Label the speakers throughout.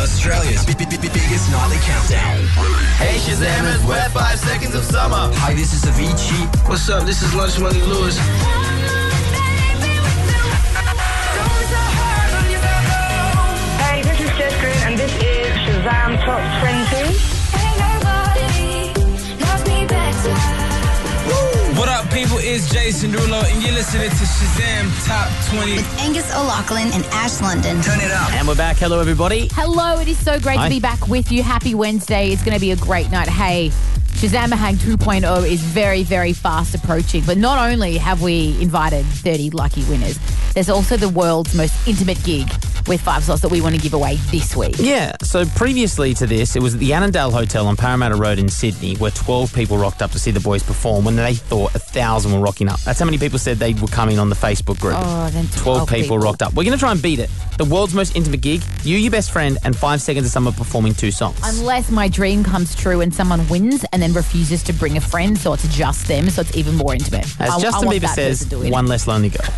Speaker 1: Australia's b- b- b- biggest nightly countdown.
Speaker 2: Hey Shazammers, we're five seconds of summer.
Speaker 1: Hi, this is Avicii.
Speaker 3: What's up? This is Lunch Money Lewis.
Speaker 4: Hey, this is Jess Green, and this is Shazam Top 20.
Speaker 5: What up, people? It's Jason Derulo, and you're listening to Shazam Top 20.
Speaker 6: Angus O'Loughlin and Ash London.
Speaker 1: Turn it up.
Speaker 2: And we're back. Hello, everybody.
Speaker 7: Hello, it is so great
Speaker 2: Hi.
Speaker 7: to be back with you. Happy Wednesday. It's going to be a great night. Hey, Shazamahang 2.0 is very, very fast approaching. But not only have we invited 30 lucky winners, there's also the world's most intimate gig with five slots that we want to give away this week.
Speaker 2: Yeah, so previously to this, it was at the Annandale Hotel on Parramatta Road in Sydney, where 12 people rocked up to see the boys perform when they thought a 1,000 were rocking up. That's how many people said they were coming on the Facebook group.
Speaker 7: Oh, then
Speaker 2: 12
Speaker 7: 12
Speaker 2: people,
Speaker 7: people.
Speaker 2: rocked up. We're going to try and beat it. The world's most intimate gig, you, your best friend, and Five Seconds of Summer performing two songs.
Speaker 7: Unless my dream comes true and someone wins and then refuses to bring a friend, so it's just them, so it's even more intimate.
Speaker 2: As
Speaker 7: I- I
Speaker 2: Justin
Speaker 7: want
Speaker 2: Bieber
Speaker 7: that
Speaker 2: says,
Speaker 7: person doing it.
Speaker 2: one less lonely girl.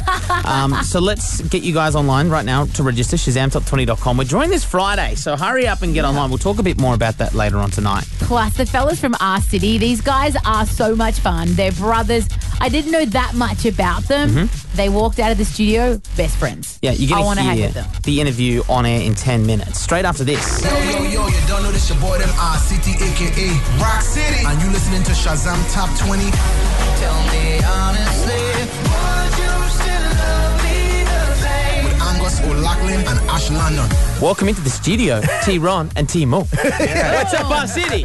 Speaker 2: um, so let's get you guys online right now to register, shazamtop20.com. We're joined this Friday, so hurry up and get online. We'll talk a bit more about that later on tonight.
Speaker 7: Plus, the fellas from our city, these guys are so much fun. They're brothers. I didn't know that much about them.
Speaker 8: Mm-hmm.
Speaker 7: They walked out of the studio, best friends.
Speaker 2: Yeah, you're
Speaker 7: I
Speaker 2: going
Speaker 7: want
Speaker 2: to
Speaker 7: to
Speaker 2: hear
Speaker 7: hang with them.
Speaker 2: the interview on air in 10 minutes, straight after this.
Speaker 9: Yo, yo, yo, you don't know this, your boy, them RCT, aka Rock City. And you listening to Shazam Top 20. Tell me honestly, would you still love me the same? With Angus O'Loughlin and Ash London.
Speaker 2: Welcome into the studio, T. Ron and T. Moore. What's up, our city?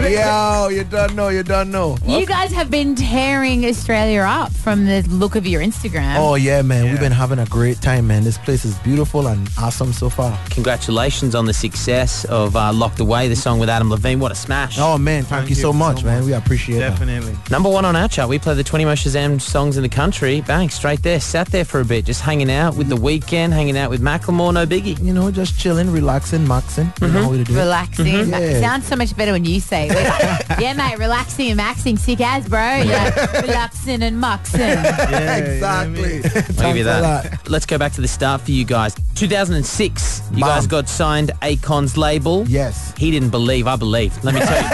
Speaker 8: Yo, you don't know, you don't know.
Speaker 7: You guys have been tearing Australia up from the look of your Instagram.
Speaker 8: Oh yeah, man, we've been having a great time, man. This place is beautiful and awesome so far.
Speaker 2: Congratulations on the success of uh, Locked Away, the song with Adam Levine. What a smash.
Speaker 8: Oh man, thank, you, so much, man. We appreciate it.
Speaker 3: Definitely.
Speaker 2: Number one on our chart, we play the 20 most Shazam songs in the country. Bang, straight there. Sat there for a bit, just hanging out with The Weekend, hanging out with Macklemore, no biggie.
Speaker 8: You know, just chilling, relaxing, maxing. You know how to do it.
Speaker 7: Relaxing. It
Speaker 8: Mm-hmm. Yeah.
Speaker 7: sounds so much better when you say it. We're like, yeah, mate, relaxing and maxing. Sick as, bro. Yeah. Relaxing and muxing.
Speaker 8: exactly.
Speaker 2: I'll give
Speaker 8: Thanks
Speaker 2: you
Speaker 8: a lot.
Speaker 2: that. Let's go back to the start for you guys. 2006, you
Speaker 8: Bam.
Speaker 2: guys got signed Akon's label.
Speaker 8: Yes.
Speaker 2: He didn't believe, I believe. Let me tell you.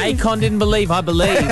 Speaker 2: Akon didn't believe, I believe.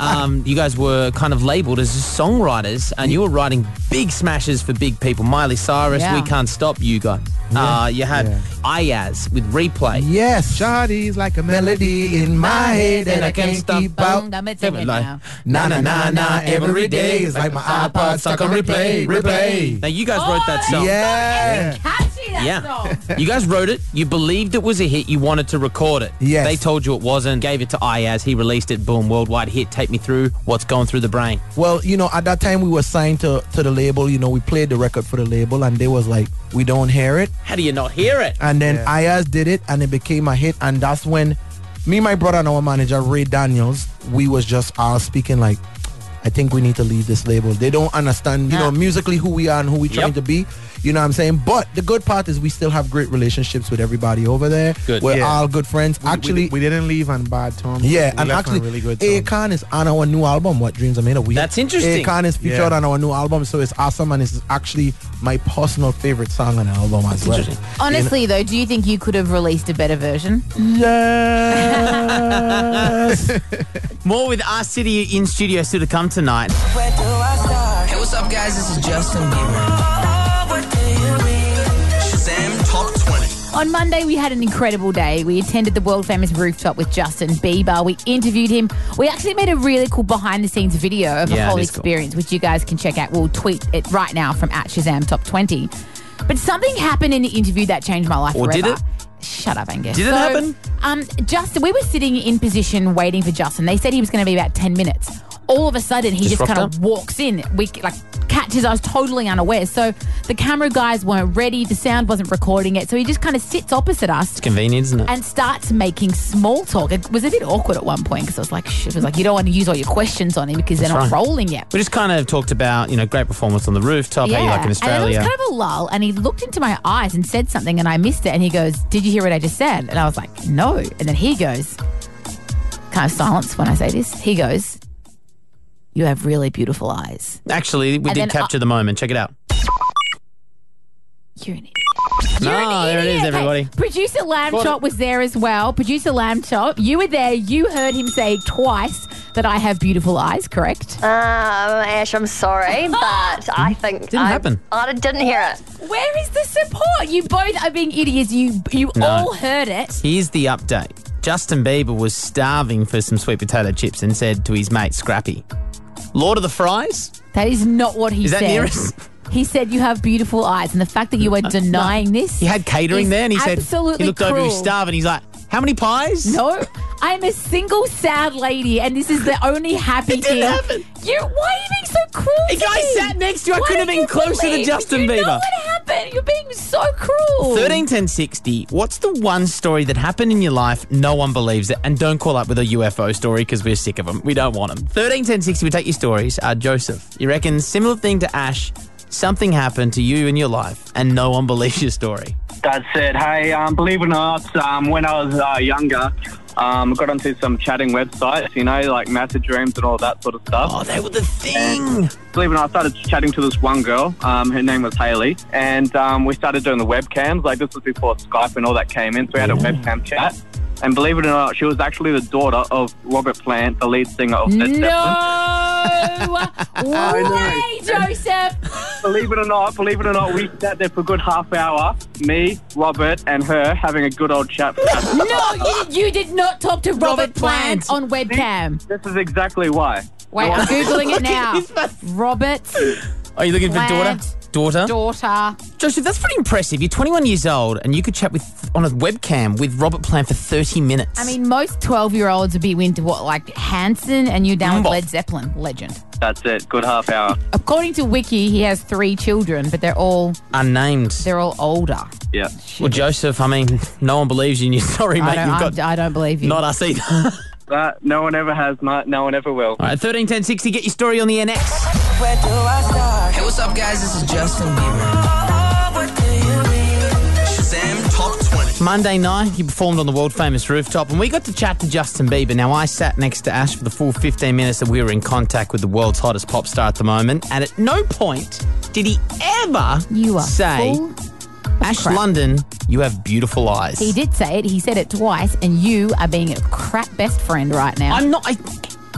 Speaker 2: um, you guys were kind of labeled as songwriters and you were writing big smashes for big people. Miley Cyrus,
Speaker 7: Yeah.
Speaker 2: We Can't Stop You guys. Uh, you had Ayaz with Replay.
Speaker 8: Yes. Shardy's like a melody in my head and I can't keep out.
Speaker 7: I'm it
Speaker 2: Like,
Speaker 7: now.
Speaker 8: Na na na na. Every day is like my iPod stuck on replay, replay. Oh,
Speaker 2: Now you guys wrote that song.
Speaker 8: Yeah.
Speaker 7: Catchy, that
Speaker 2: Yeah.
Speaker 7: song.
Speaker 2: You guys wrote it. You believed it was a hit. You wanted to record it.
Speaker 8: Yes.
Speaker 2: They told you it wasn't. Gave it to Ayaz. He released it. Boom. Worldwide hit. Take me through what's going through the brain.
Speaker 8: Well, you know, at that time we were signed to, to the label. You know, we played the record for the label, and they was like, "We don't hear it."
Speaker 2: How do you not hear it?
Speaker 8: And then Ayaz did it, and it became a hit. And that's when me, my brother, and our manager Ray Daniels, we was just all speaking like, "I think we need to leave this label. They don't understand, you know, musically who we are and who we trying
Speaker 2: Yep.
Speaker 8: to be." You know what I'm saying? But the good part is we still have great relationships with everybody over there.
Speaker 2: Good.
Speaker 8: We're
Speaker 10: Yeah.
Speaker 8: all good friends. actually,
Speaker 10: we, didn't leave on bad terms.
Speaker 8: Yeah,
Speaker 10: we
Speaker 8: and
Speaker 10: left on
Speaker 8: actually,
Speaker 10: really good terms.
Speaker 8: Akon is on our new album, What Dreams Are Made Of. We-
Speaker 2: That's interesting.
Speaker 8: Akon is featured
Speaker 10: Yeah.
Speaker 8: on our new album, so it's awesome, and it's actually my personal favorite song on the album as well.
Speaker 2: interesting.
Speaker 7: Honestly, though, do you think you could have released a better version?
Speaker 8: Yes.
Speaker 2: More with our city in studio still to come tonight.
Speaker 1: Hey, what's up, guys? This is Justin Bieber. Shazam Top 20.
Speaker 7: On Monday, we had an incredible day. We attended the world famous rooftop with Justin Bieber. We interviewed him. We actually made a really cool behind the scenes video of
Speaker 2: Yeah,
Speaker 7: the
Speaker 2: it
Speaker 7: whole
Speaker 2: is cool.
Speaker 7: experience, which you guys can check out. We'll tweet it right now from at Shazam Top 20. But something happened in the interview that changed my life
Speaker 2: Or did
Speaker 7: forever.
Speaker 2: it?
Speaker 7: Shut up, Angus.
Speaker 2: Did it happen?
Speaker 7: Um, Justin, we were sitting in position waiting for Justin. They said he was going to be about 10 minutes. All of a sudden, he
Speaker 2: Just
Speaker 7: just,
Speaker 2: rocked
Speaker 7: kind
Speaker 2: up?
Speaker 7: of walks in. We like catches us totally unaware. So the camera guys weren't ready. The sound wasn't recording it. So he just kind of sits opposite us
Speaker 2: Convenient, isn't it?
Speaker 7: and starts making small talk. It was a bit awkward at one point because I was like, shit, it was like, you don't want to use all your questions on him because they're
Speaker 2: That's
Speaker 7: not
Speaker 2: right.
Speaker 7: rolling yet.
Speaker 2: We just kind of talked about, you know, great performance on the rooftop, how you like in
Speaker 7: And then
Speaker 2: Australia.
Speaker 7: there was kind of a lull, and he looked into my eyes and said something, and I missed it. And he goes, Did you hear what I just said? And I was like, No. And then he goes, Kind of silence when I say this. He goes, You have really beautiful eyes.
Speaker 2: Actually, we
Speaker 7: And
Speaker 2: did
Speaker 7: then uh, I-
Speaker 2: capture the moment. Check it out.
Speaker 7: You're an idiot. You're an
Speaker 2: Ah, there it
Speaker 7: idiot.
Speaker 2: is,
Speaker 7: Hey,
Speaker 2: everybody.
Speaker 7: producer Lamb
Speaker 2: Got
Speaker 7: Chop
Speaker 2: it.
Speaker 7: was there as well. Producer Lamb Chop, you were there. You heard him say twice that I have beautiful eyes, correct?
Speaker 10: Um, Ash, I'm sorry, but I think
Speaker 2: Didn't
Speaker 10: I,
Speaker 2: happen.
Speaker 10: I didn't hear it.
Speaker 7: Where is the support? You both are being idiots. You you
Speaker 2: No.
Speaker 7: all heard it.
Speaker 2: Here's the update. Justin Bieber was starving for some sweet potato chips and said to his mate Scrappy, "Lord of the Fries."
Speaker 7: That is not what he
Speaker 2: Is that
Speaker 7: said.
Speaker 2: nearest?
Speaker 7: He said you have beautiful eyes, and the fact that you are denying this.
Speaker 2: He had catering
Speaker 7: is
Speaker 2: there, and he said
Speaker 7: absolutely
Speaker 2: he looked over his
Speaker 7: cruel.
Speaker 2: staff, and he's like, "How many pies?"
Speaker 7: No, I'm a single sad lady, and this is the only happy
Speaker 2: It didn't
Speaker 7: thing.
Speaker 2: happen.
Speaker 7: You, why are you being so cruel?
Speaker 2: If
Speaker 7: to
Speaker 2: I
Speaker 7: me?
Speaker 2: sat next to you, I
Speaker 7: Why
Speaker 2: couldn't have
Speaker 7: don't
Speaker 2: been
Speaker 7: you
Speaker 2: closer to
Speaker 7: believe?
Speaker 2: Justin
Speaker 7: you Know
Speaker 2: Bieber.
Speaker 7: what happened? You're being so cruel.
Speaker 2: Thirteen ten sixty. What's the one story that happened in your life no one believes it? And don't call up with a UFO story because we're sick of them. We don't want them. Thirteen ten sixty. We take your stories. Uh, Joseph, you reckon similar thing to Ash? Something happened to you in your life, and no one believes your story.
Speaker 11: Dad said, "Hey, um, believe it or not, um, when I was uh, younger, um, got onto some chatting websites, you know, like message rooms and all that sort of stuff.
Speaker 2: Oh, they were the thing.
Speaker 11: Believe it or not, I started chatting to this one girl. Um, her name was Haley, and um, we started doing the webcams. Like this was before Skype and all that came in, so we had a webcam chat. And believe it or not, she was actually the daughter of Robert Plant, the lead singer of Led Zeppelin.
Speaker 7: No way, Joseph.
Speaker 11: Believe it or not, believe it or not, we sat there for a good half hour, me, Robert, and her having a good old chat.
Speaker 7: No, you, you did not talk to Robert,
Speaker 2: Robert
Speaker 7: Plant,
Speaker 2: Plant.
Speaker 7: on webcam.
Speaker 11: This is exactly why.
Speaker 7: Wait, I'm googling it now.
Speaker 2: his face.
Speaker 7: Robert's
Speaker 2: Are you looking for daughter?
Speaker 7: Glad.
Speaker 2: Daughter?
Speaker 7: daughter.
Speaker 2: Joseph, that's pretty impressive. You're 21 years old and you could chat with on a webcam with Robert Plant for 30 minutes.
Speaker 7: I mean, most 12 year olds would be into what, like Hanson, and you down with
Speaker 2: Mbop.
Speaker 7: Led Zeppelin, legend.
Speaker 11: That's it. Good half hour.
Speaker 7: According to Wiki, he has three children, but they're all
Speaker 2: unnamed.
Speaker 7: they're all older.
Speaker 11: Yeah.
Speaker 2: Well, Joseph, I mean, no one believes you. And you're sorry,
Speaker 7: I
Speaker 2: mate.
Speaker 7: don't,
Speaker 2: You've
Speaker 7: I'm-
Speaker 2: got
Speaker 7: I don't believe you.
Speaker 2: not us either. All
Speaker 11: That no one ever has, Matt. No one ever will.
Speaker 2: right, 13, 10, 60. Get your story on the NX.
Speaker 1: Where do I start? Hey, what's up, guys? This is Justin Bieber. What do you mean?
Speaker 9: Shazam Top 20.
Speaker 2: Monday night, he performed on the world famous rooftop, and we got to chat to Justin Bieber. Now, I sat next to Ash for the full 15 minutes that we were in contact with the world's hottest pop star at the moment, and at no point did he ever
Speaker 7: You are
Speaker 2: say,
Speaker 7: full.
Speaker 2: Ash
Speaker 7: crap."
Speaker 2: London, you have beautiful eyes.
Speaker 7: He did say it. He said it twice, and you are being a crap best friend right now.
Speaker 2: I'm not. I,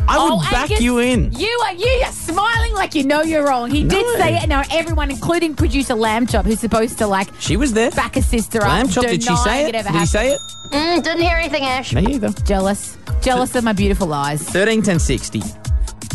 Speaker 2: I
Speaker 7: Oh,
Speaker 2: would back
Speaker 7: Angus,
Speaker 2: you in.
Speaker 7: You are you are smiling like you know you're wrong. He did
Speaker 2: No.
Speaker 7: say it. Now everyone, including producer Lamb Chop, who's supposed to like
Speaker 2: She was there.
Speaker 7: back a sister
Speaker 2: Lamb
Speaker 7: up,
Speaker 2: chop. Did she
Speaker 7: denying
Speaker 2: say it?
Speaker 7: it ever
Speaker 2: did he
Speaker 7: happened.
Speaker 2: say it?
Speaker 10: Mm, didn't hear anything, Ash.
Speaker 2: Me either.
Speaker 7: Jealous, jealous of my beautiful eyes.
Speaker 2: Thirteen ten sixty.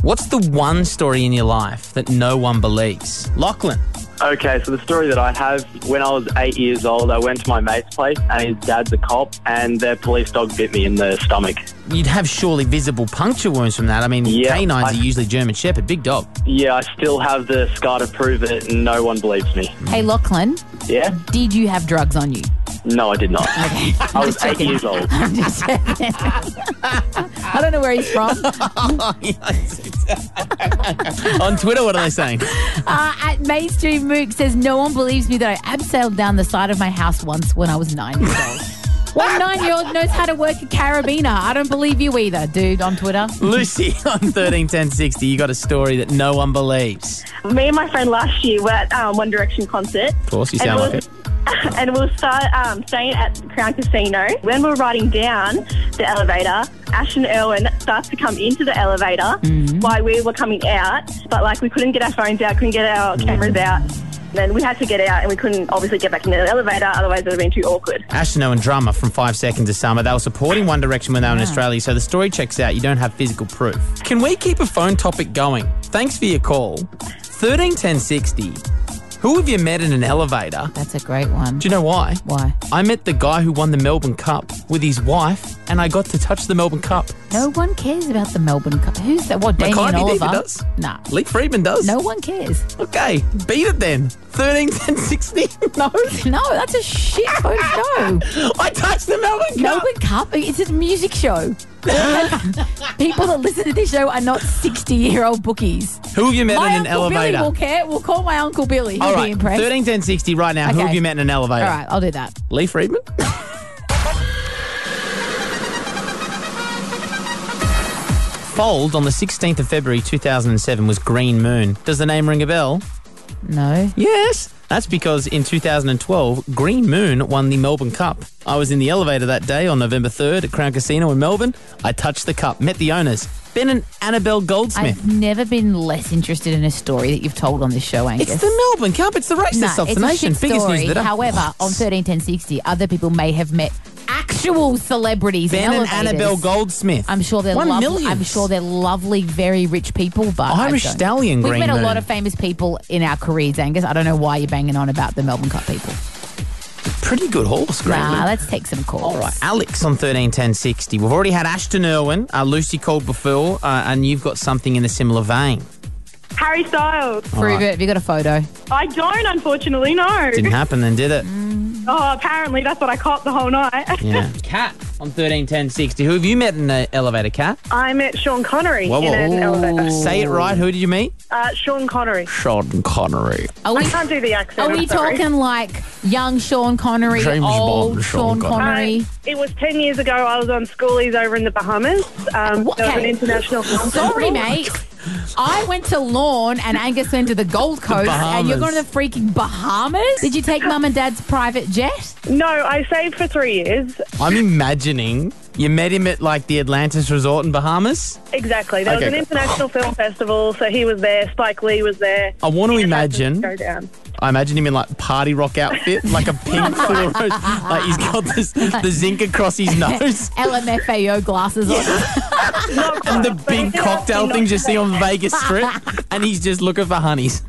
Speaker 2: What's the one story in your life that no one believes? Lachlan.
Speaker 11: Okay, so the story that I have when I was eight years old, I went to my mate's place, and his dad's a cop, and their police dog bit me in the stomach.
Speaker 2: You'd have surely visible puncture wounds from that. I mean,
Speaker 11: Yeah,
Speaker 2: canines
Speaker 11: I-
Speaker 2: are usually German Shepherd, big dog.
Speaker 11: Yeah, I still have the scar to prove it, and no one believes me.
Speaker 7: Hey Lachlan,
Speaker 11: Yeah?
Speaker 7: did you have drugs on you?
Speaker 11: No, I did not. I was eight years old.
Speaker 7: I'm just checking. I don't know where he's from.
Speaker 2: On Twitter, what are they saying?
Speaker 7: Uh, at Main Street Mook says, No one believes me that I abseiled down the side of my house once when I was nine years old. One nine year old knows how to work a carabiner. I don't believe you either, dude, on Twitter.
Speaker 2: Lucy on thirteen ten sixty. You got a story that no one believes.
Speaker 12: me and my friend last year were at um, One Direction concert,
Speaker 2: Of course, you sound
Speaker 12: And
Speaker 2: like it.
Speaker 12: and we were start, um, staying at Crown Casino. When we were riding down the elevator, Ashton Irwin starts to come into the elevator while we were coming out, but like we couldn't get our phones out, couldn't get our cameras out. Then we had to get out, and we couldn't obviously get back in the elevator, otherwise it would have been too awkward.
Speaker 2: Ashton and drummer from Five Seconds of Summer. They were supporting One Direction when they were in Australia, so the story checks out. You don't have physical proof. Can we keep a phone topic going? Thanks for your call. 131060. Who have you met in an elevator?
Speaker 7: That's a great one.
Speaker 2: Do you know why?
Speaker 7: Why?
Speaker 2: I met the guy who won the Melbourne Cup with his wife, and I got to touch the Melbourne Cup.
Speaker 7: No one cares about the Melbourne Cup. Who's that? What, Damien
Speaker 2: McCartney
Speaker 7: Oliver?
Speaker 2: neither does.
Speaker 7: Nah.
Speaker 2: Lee Friedman does.
Speaker 7: No one cares.
Speaker 2: Okay, beat it then. 131060. No.
Speaker 7: No, that's a shit phone show.
Speaker 2: I touched the Melbourne Cup.
Speaker 7: Melbourne Cup, it's a music show. People that listen to this show are not 60 year old bookies.
Speaker 2: Who have you met
Speaker 7: my
Speaker 2: in an
Speaker 7: Uncle
Speaker 2: elevator?
Speaker 7: Billy will care. We'll call my Uncle Billy. He'll
Speaker 2: All
Speaker 7: be
Speaker 2: right,
Speaker 7: impressed.
Speaker 2: 131060 right now. Who
Speaker 7: Okay.
Speaker 2: have you met in an elevator?
Speaker 7: All right, I'll do that.
Speaker 2: Lee Friedman? Fold on the 16th of February 2007 was Green Moon. Does the name ring a bell?
Speaker 7: No.
Speaker 2: Yes. That's because in 2012, Green Moon won the Melbourne Cup. I was in the elevator that day on November 3rd at Crown Casino in Melbourne. I touched the cup, met the owners, Ben and Annabelle Goldsmith.
Speaker 7: I've never been less interested in a story that you've told on this show, Angus.
Speaker 2: It's the Melbourne Cup. It's the race
Speaker 7: No,
Speaker 2: that stops
Speaker 7: it's
Speaker 2: the
Speaker 7: a
Speaker 2: nation.
Speaker 7: shit
Speaker 2: Biggest
Speaker 7: story.
Speaker 2: news that
Speaker 7: However, on 131060, other people may have met actual celebrities in
Speaker 2: Ben and
Speaker 7: elevators.
Speaker 2: Annabelle Goldsmith.
Speaker 7: I'm sure they're
Speaker 2: One
Speaker 7: lovely.
Speaker 2: million.
Speaker 7: I'm sure they're lovely, very rich people. But I
Speaker 2: Irish
Speaker 7: don't.
Speaker 2: stallion,
Speaker 7: We've
Speaker 2: Green
Speaker 7: met a lot
Speaker 2: Moon.
Speaker 7: of famous people in our careers, Angus. I don't know why you're banging on about the Melbourne Cup people.
Speaker 2: Pretty good horse, Green
Speaker 7: Nah,
Speaker 2: Moon.
Speaker 7: let's take some calls. All right,
Speaker 2: Alex on 131060. We've already had Ashton Irwin, uh, Lucy called before, uh, and you've got something in a similar vein.
Speaker 12: Harry Styles.
Speaker 2: All Prove right. it.
Speaker 7: Have you got a photo?
Speaker 12: I don't, unfortunately, no.
Speaker 2: Didn't happen then, did it?
Speaker 12: Oh, apparently that's what I caught the whole night.
Speaker 2: Yeah. Cat on 131060. Who have you met in an elevator, Cat?
Speaker 12: I met Sean Connery
Speaker 2: Whoa, whoa.
Speaker 12: in an elevator.
Speaker 2: Say it right. Who did you meet?
Speaker 12: Uh, Sean Connery.
Speaker 2: Sean Connery.
Speaker 12: I can't do the accent.
Speaker 7: Are we
Speaker 12: I'm sorry.
Speaker 7: talking like young Sean Connery,
Speaker 2: James
Speaker 7: old
Speaker 2: Bond,
Speaker 7: Sean,
Speaker 2: Sean
Speaker 7: Connery?
Speaker 12: Uh, it was 10 years ago. I was on schoolies over in the Bahamas. Um, There was an
Speaker 7: Okay.
Speaker 12: international film
Speaker 7: Sorry,
Speaker 12: festival.
Speaker 7: mate. I went to Lawn and Angus went to the Gold Coast, and you're going to the freaking Bahamas? Did you take mum and dad's private jet?
Speaker 12: No, I saved for three years.
Speaker 2: I'm imagining you met him at like the Atlantis Resort in Bahamas.
Speaker 12: Exactly. There
Speaker 2: Okay,
Speaker 12: was an
Speaker 2: good.
Speaker 12: international film festival, so he was there. Spike Lee was there.
Speaker 2: I want to Oh, imagine.
Speaker 12: Go down.
Speaker 2: I imagine him in like party rock outfit, like a pink floral rose. Like he's got this, the zinc across his nose.
Speaker 7: LMFAO glasses on.
Speaker 2: and the big cocktail things you see on the Vegas Strip, and he's just looking for honeys.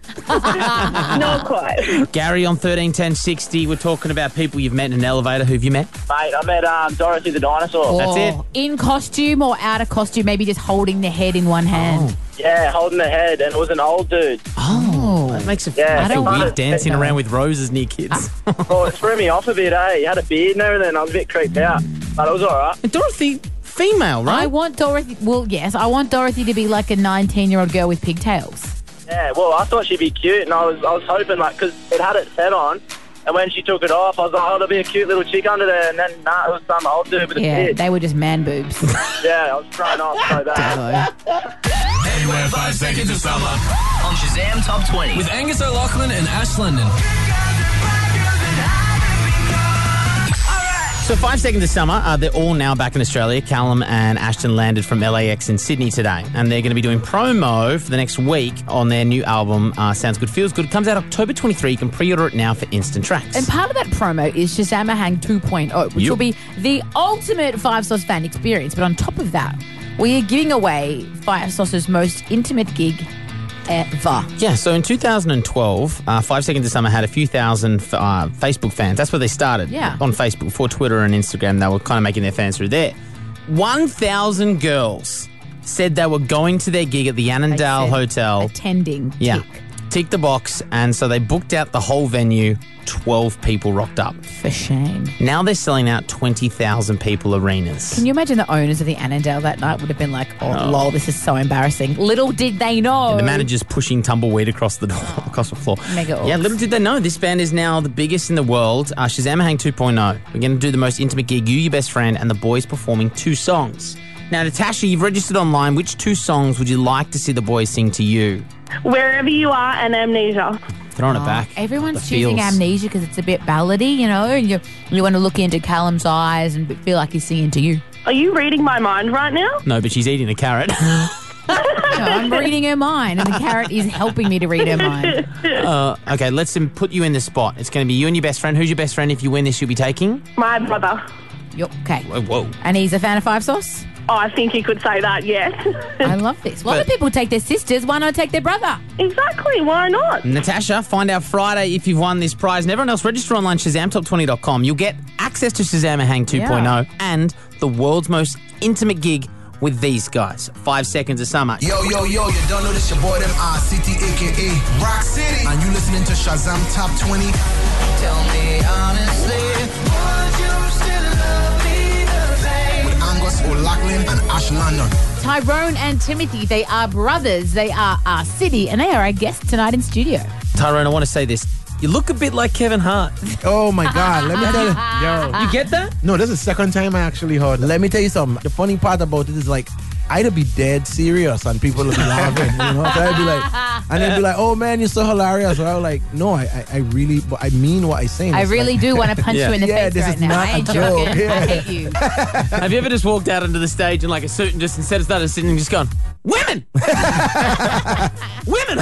Speaker 12: Not quite.
Speaker 2: Gary on thirteen ten sixty. We're talking about people you've met in an elevator. Who've you met?
Speaker 13: Mate, I met um, Dorothy the dinosaur.
Speaker 12: Oh.
Speaker 2: That's it.
Speaker 7: Or Oh. In costume or out of costume, maybe just holding the head in one hand.
Speaker 2: Oh.
Speaker 13: Yeah, holding the head, and it was an old dude.
Speaker 7: Oh.
Speaker 2: That makes it
Speaker 13: Yeah,
Speaker 2: I feel
Speaker 13: I don't-
Speaker 2: weird dancing around with roses near kids.
Speaker 13: oh, it threw me off a bit, eh? He had a beard and everything. I was a bit creeped out, but it was all right.
Speaker 2: Dorothy, female,
Speaker 7: I want Dorothy. Well, yes, I want Dorothy to be like a 19 year old girl with pigtails.
Speaker 13: Yeah, well, I thought she'd be cute, and I was, I was hoping, like, because it had its head on, and when she took it off, I was like, oh, there'll be a cute little chick under there, and then, nah, it was some old dude with a
Speaker 7: Yeah,
Speaker 13: beard.
Speaker 7: they were just man boobs.
Speaker 13: Yeah, I was thrown off so bad.
Speaker 5: Anywhere five seconds of summer. On Shazam Top 20. With Angus O'Loughlin and Ash London.
Speaker 2: So five seconds of summer. Uh, they're all now back in Australia. Callum and Ashton landed from LAX in Sydney today, and they're going to be doing promo for the next week on their new album. Uh, Sounds good, feels good. It comes out October twenty three. You can pre order it now for instant tracks.
Speaker 7: And part of that promo is Shazamahang 2.0, oh, which
Speaker 2: Yep.
Speaker 7: will be the ultimate Five Sauce fan experience. But on top of that, we are giving away Five Sauce's most intimate gig ever.
Speaker 2: Yeah, so in 2012, uh, Five Seconds of Summer had a few thousand f- uh, Facebook fans. That's where they started.
Speaker 7: Yeah.
Speaker 2: On Facebook, before Twitter and Instagram, they were kind of making their fans through there. 1,000 girls said they were going to their gig at the Annandale Hotel.
Speaker 7: Attending.
Speaker 2: yeah. Tick. the box. And so they booked out the whole venue. 12 people rocked up.
Speaker 7: For shame.
Speaker 2: Now they're selling out 20,000 people arenas.
Speaker 7: Can you imagine the owners of the Annandale that night would have been like, oh,
Speaker 2: Oh.
Speaker 7: lol, this is so embarrassing. Little did they know.
Speaker 2: And the manager's pushing tumbleweed across the door, across the floor.
Speaker 7: Oh. Mega
Speaker 2: Yeah,
Speaker 7: orcs.
Speaker 2: little did they know, this band is now the biggest in the world. Uh, Shazamahang 2.0. We're going to do the most intimate gig, You, Your Best Friend, and the boys performing two songs. Now, Natasha, you've registered online. Which two songs would you like to see the boys sing to you?
Speaker 12: Wherever you are, and amnesia.
Speaker 2: Throwing it back.
Speaker 7: Oh, Everyone's
Speaker 2: The
Speaker 7: choosing
Speaker 2: feels.
Speaker 7: amnesia because it's a bit ballady, you know, and you, you want to look into Callum's eyes and feel like he's singing to you.
Speaker 12: Are you reading my mind right now?
Speaker 2: No, but she's eating a carrot.
Speaker 7: No, I'm reading her mind, and the carrot is helping me to read her mind.
Speaker 2: uh, okay, let's um, put you in the spot. It's going to be you and your best friend. Who's your best friend? If you win this, you'll be taking.
Speaker 12: My brother.
Speaker 7: Yup, okay.
Speaker 2: Whoa, whoa.
Speaker 7: And he's a fan of Five Sauce?
Speaker 12: Oh, I think you could say that, yes.
Speaker 7: I love this. Why do people take their sisters? Why not take their brother?
Speaker 12: exactly, why not?
Speaker 2: Natasha, find out Friday if you've won this prize. And everyone else, register online, ShazamTop20.com. You'll get access to Shazam Hang 2.0 and the world's most intimate gig with these guys. Five seconds of summer.
Speaker 9: Yo, yo, yo, you don't know this, your boy, them RCT, aka Rock City. And you listening to Shazam Top 20. Tell me honestly, would you still love me the same? With Angus O'Loughlin and Ash London.
Speaker 7: Tyrone and Timothy, they are brothers. They are our city, and they are our guests tonight in studio.
Speaker 2: Tyrone, I want to say this. You look a bit like Kevin Hart.
Speaker 8: Oh my God! Let me tell you,
Speaker 2: You get that?
Speaker 8: No, this is the second time I actually heard. Let me tell you something. The funny part about it is like, I'd be dead serious and people would be laughing. you know? So I'd be like, and they'd be like, oh man, you're so hilarious. And I was like, no, I, I, I really, but I mean what I say.
Speaker 7: I
Speaker 8: It's
Speaker 7: really
Speaker 8: like-
Speaker 7: do want to punch you in the
Speaker 8: yeah,
Speaker 7: face
Speaker 8: this
Speaker 7: right
Speaker 8: is
Speaker 7: now.
Speaker 8: Not
Speaker 7: I ain't
Speaker 8: a joke.
Speaker 7: joking.
Speaker 8: Yeah.
Speaker 7: I hate you.
Speaker 2: Have you ever just walked out onto the stage in like a suit and just instead of started sitting and just gone, women? women,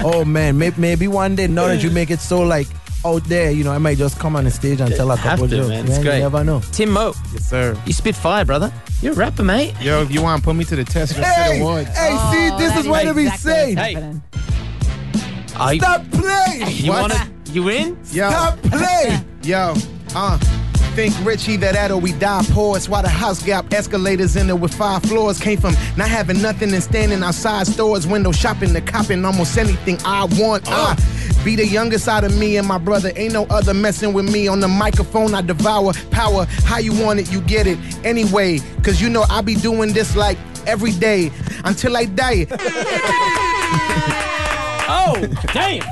Speaker 8: oh man, maybe, maybe one day now that you make it so like out there, you know, I might just come on the stage and tell a
Speaker 2: Have
Speaker 8: couple
Speaker 2: to,
Speaker 8: jokes.
Speaker 2: man. It's great.
Speaker 8: You never know.
Speaker 2: Tim Mo. Yes,
Speaker 14: sir.
Speaker 2: You spit fire, brother. You're a rapper, mate.
Speaker 14: Yo, if you want to put me to the test, just sit
Speaker 8: Hey,
Speaker 14: and watch.
Speaker 8: hey, see,
Speaker 7: Oh,
Speaker 8: this is why to be safe.
Speaker 2: I-
Speaker 8: Stop playing.
Speaker 2: You want to? You in?
Speaker 14: Yo.
Speaker 8: Stop playing.
Speaker 14: Yo, uh. Think rich, either that or we die poor. It's why the house got escalators in it with five floors. Came from not having nothing and standing outside stores, window shopping, to copping almost anything I want.
Speaker 8: Uh.
Speaker 14: I be the youngest out of me and my brother. Ain't no other messing with me. On the microphone, I devour power. How you want it, you get it. Anyway, cause you know I be doing this like every day until I die.
Speaker 2: oh, damn.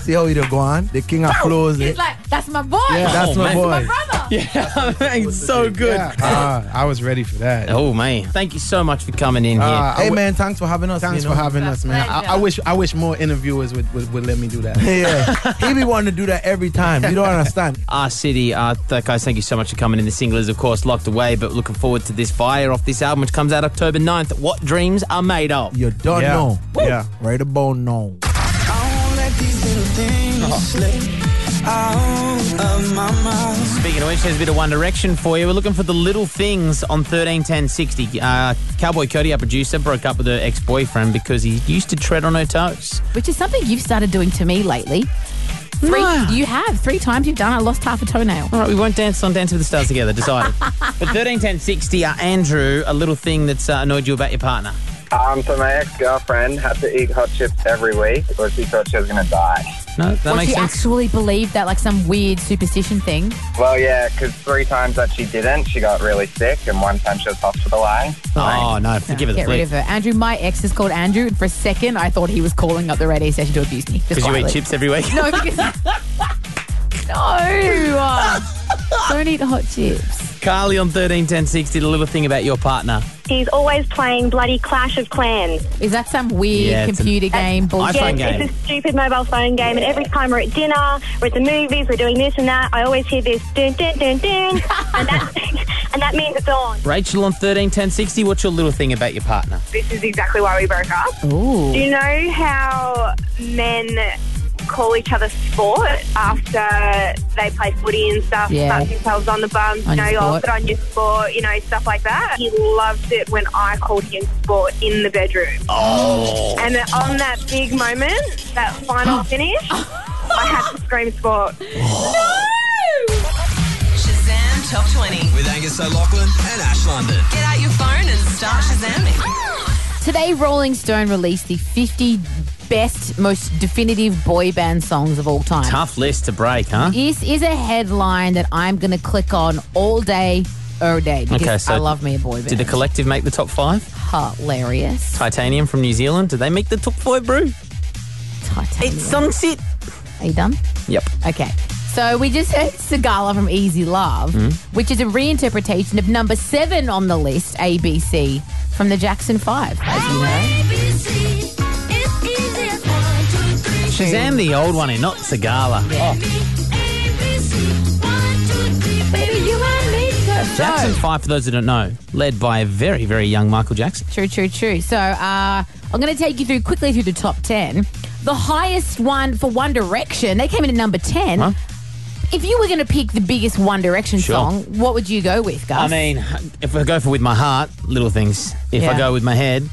Speaker 8: See how he go on? The king of flows. eh?
Speaker 7: He's like, that's my boy.
Speaker 8: Yeah,
Speaker 14: oh,
Speaker 8: that's my boy.
Speaker 2: Yeah, it's so good.
Speaker 14: Ah, I was ready for that.
Speaker 2: Oh man, thank you so much for coming in
Speaker 14: Uh,
Speaker 2: here.
Speaker 14: I would-
Speaker 8: man, thanks for having us.
Speaker 14: Thanks
Speaker 8: you know?
Speaker 14: for having us, man. I, I wish I wish more interviewers would, would, would let me do that.
Speaker 8: yeah, he be wanting to do that every time. You don't understand.
Speaker 2: Our city, uh, th- guys, thank you so much for coming in. The single is, of course, locked away, but looking forward to this fire off this album, which comes out October 9th. What dreams are made of?
Speaker 8: You don't know. Yeah. Right about now.
Speaker 2: Speaking of which, there's a bit of One Direction for you. We're looking for the little things on 131060. Uh, Cowboy Cody, our producer, broke up with her ex boyfriend because he used to tread on her toes.
Speaker 7: Which is something you've started doing to me lately. Three, you have three times you've done. I lost half a toenail.
Speaker 2: All right, we won't dance on Dance with the Stars together, decided. but 131060, uh, Andrew, a little thing that's uh, annoyed you about your partner.
Speaker 15: Um, so my ex-girlfriend had to eat hot chips every week, or she thought she was gonna die.
Speaker 2: No, that
Speaker 7: Well,
Speaker 2: makes
Speaker 7: she
Speaker 2: sense.
Speaker 7: actually believed that, like some weird superstition thing.
Speaker 15: Well, yeah, because three times that she didn't, she got really sick, and one time she was hospitalized.
Speaker 2: Oh, no, forgive her the
Speaker 7: Get rid
Speaker 2: flea.
Speaker 7: of her. Andrew, my ex is called Andrew, and for a second I thought he was calling up the radio station to abuse me. Just
Speaker 2: Because you eat
Speaker 7: quietly.
Speaker 2: chips every week?
Speaker 7: No, because. no! Don't eat hot chips.
Speaker 2: Carly on 131060, the little thing about your partner.
Speaker 16: He's always playing bloody Clash of Clans.
Speaker 7: Is that some weird
Speaker 2: Yeah, it's
Speaker 7: computer game bullshit?
Speaker 2: iPhone
Speaker 16: yes,
Speaker 2: game.
Speaker 16: it's a stupid mobile phone game, and every time we're at dinner, we're at the movies, we're doing this and that. I always hear this dun dun dun dun, and that and that means it's on.
Speaker 2: Rachel on 131060, what's your little thing about your partner?
Speaker 17: This is exactly why we broke up.
Speaker 2: Ooh.
Speaker 17: Do you know how men call each other sport after they play footy and stuff,
Speaker 18: Yeah.
Speaker 17: slap themselves on the bum,
Speaker 18: On
Speaker 17: you know,
Speaker 18: your
Speaker 17: you'll
Speaker 18: sport.
Speaker 17: put on your sport, you know, stuff like that? He loved it when I called him sport in the bedroom.
Speaker 18: Oh.
Speaker 17: And then on that big moment, that final finish, I had to scream sport.
Speaker 5: Shazam Top 20 with Angus O'Loughlin and Ash London.
Speaker 19: Get out your phone and start Shazamming.
Speaker 7: Today, Rolling Stone released the 50 best, most definitive boy band songs of all time.
Speaker 2: Tough list to break, huh?
Speaker 7: This is a headline that I'm going to click on all day, all day, because
Speaker 2: Okay, so
Speaker 7: I love me a boy band.
Speaker 2: Did the collective make the top five?
Speaker 7: Hilarious.
Speaker 2: Titanium from New Zealand, did they make the top five, brew?
Speaker 7: Titanium.
Speaker 2: It's song sit.
Speaker 7: Are you done?
Speaker 2: Yep.
Speaker 7: Okay. So we just heard Sigala from Easy Love,
Speaker 2: Mhm.
Speaker 7: which is a reinterpretation of number seven on the list, ABC, from the Jackson Five, as you know.
Speaker 2: Shazam, the old one, and not Oh, Sagala. Jackson 5, for those that don't know, led by a very, very young Michael Jackson.
Speaker 7: True, true, true. So uh, I'm going to take you through quickly through the top 10. The highest one for One Direction, they came in at number 10. If you were going to pick the biggest One Direction
Speaker 2: Sure.
Speaker 7: song, what would you go with,
Speaker 2: I
Speaker 7: guys?
Speaker 2: mean, if I go for with my heart, little things. If I
Speaker 7: Yeah.
Speaker 2: go with my head,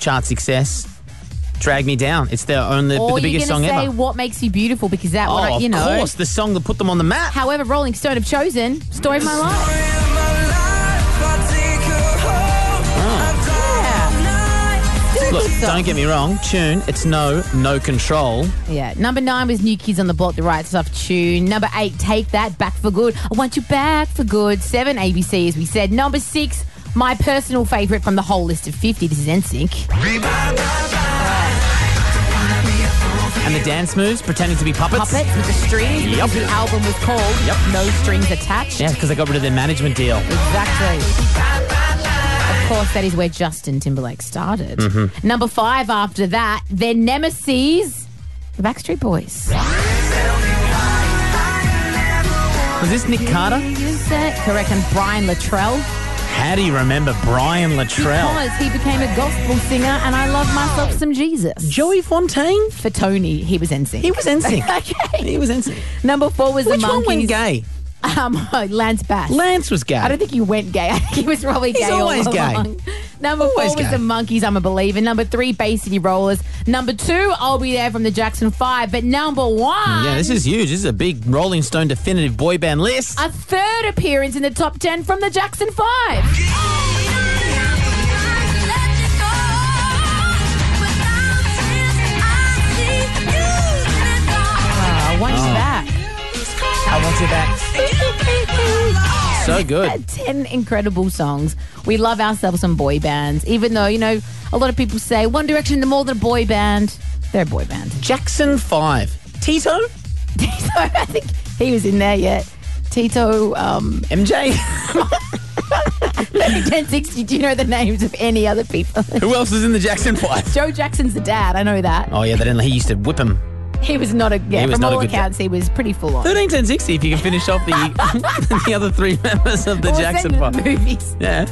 Speaker 2: chart success, drag me down. It's their only
Speaker 7: or
Speaker 2: the biggest
Speaker 7: you're
Speaker 2: song
Speaker 7: gonna say
Speaker 2: ever.
Speaker 7: what makes you beautiful because that one,
Speaker 2: oh,
Speaker 7: I- you
Speaker 2: of
Speaker 7: know.
Speaker 2: course, the song that put them on the map.
Speaker 7: However, Rolling Stone have chosen "Story of My Life."
Speaker 2: Look, don't get me wrong. Tune, it's no, no control.
Speaker 7: Yeah, number nine was New Kids on the Block, the right stuff tune. Number eight, Take That, Back for Good. I want you back for good. Seven, ABC, as we said. Number six, my personal favourite from the whole list of 50. This is NSYNC.
Speaker 2: And the dance moves, pretending to be puppets.
Speaker 7: Puppets with the strings.
Speaker 2: Yep.
Speaker 7: because The album was called No Strings Attached.
Speaker 2: Yeah, because they got rid of their management deal.
Speaker 7: Exactly. Of course, that is where Justin Timberlake started.
Speaker 2: Mhm.
Speaker 7: Number five after that, their nemesis, the Backstreet Boys.
Speaker 2: Was this Nick Carter?
Speaker 7: You said- Correct, and Brian Luttrell.
Speaker 2: How do you remember Brian Luttrell?
Speaker 7: Because he became a gospel singer, and I love myself some Jesus. Joey Fontaine for Tony. He was NSYNC.
Speaker 2: He was NSYNC.
Speaker 7: okay,
Speaker 2: he was NSYNC.
Speaker 7: Number four was
Speaker 2: Which
Speaker 7: the
Speaker 2: one went
Speaker 7: Monkeys.
Speaker 2: gay?
Speaker 7: Um, Lance Bass.
Speaker 2: Lance was gay.
Speaker 7: I don't think he went gay. I think he was probably
Speaker 2: He's
Speaker 7: gay. all
Speaker 2: always gay.
Speaker 7: along. Number
Speaker 2: Always
Speaker 7: four was
Speaker 2: gay.
Speaker 7: the Monkeys. I'm a believer. Number three, Bay City Rollers. Number two, I'll be there from the Jackson Five. But number one,
Speaker 2: Yeah, this is huge. This is a big Rolling Stone definitive boy band list.
Speaker 7: a third appearance in the top ten from the Jackson Five. Wow, once
Speaker 2: Oh.
Speaker 7: back.
Speaker 2: I want you back. So good.
Speaker 7: Had 10 incredible songs. We love ourselves some boy bands, even though, you know, a lot of people say One Direction, they're more than a boy band. They're a boy band.
Speaker 2: Jackson 5. Tito?
Speaker 7: Tito, I think he was in there yet. Tito. Um,
Speaker 2: MJ?
Speaker 7: 1060, do you know the names of any other people?
Speaker 2: Who else is in the Jackson 5?
Speaker 7: Joe Jackson's the dad, I know that.
Speaker 2: Oh, yeah, they didn't, he used to whip him.
Speaker 7: He was not a, yeah,
Speaker 2: He was
Speaker 7: from
Speaker 2: not a
Speaker 7: all
Speaker 2: good dad.
Speaker 7: accounts, he was pretty full on.
Speaker 2: 13 10 60 if you can finish off the, the other three members of the
Speaker 7: Well,
Speaker 2: Jackson
Speaker 7: same
Speaker 2: 5.
Speaker 7: with movies.
Speaker 2: Yeah.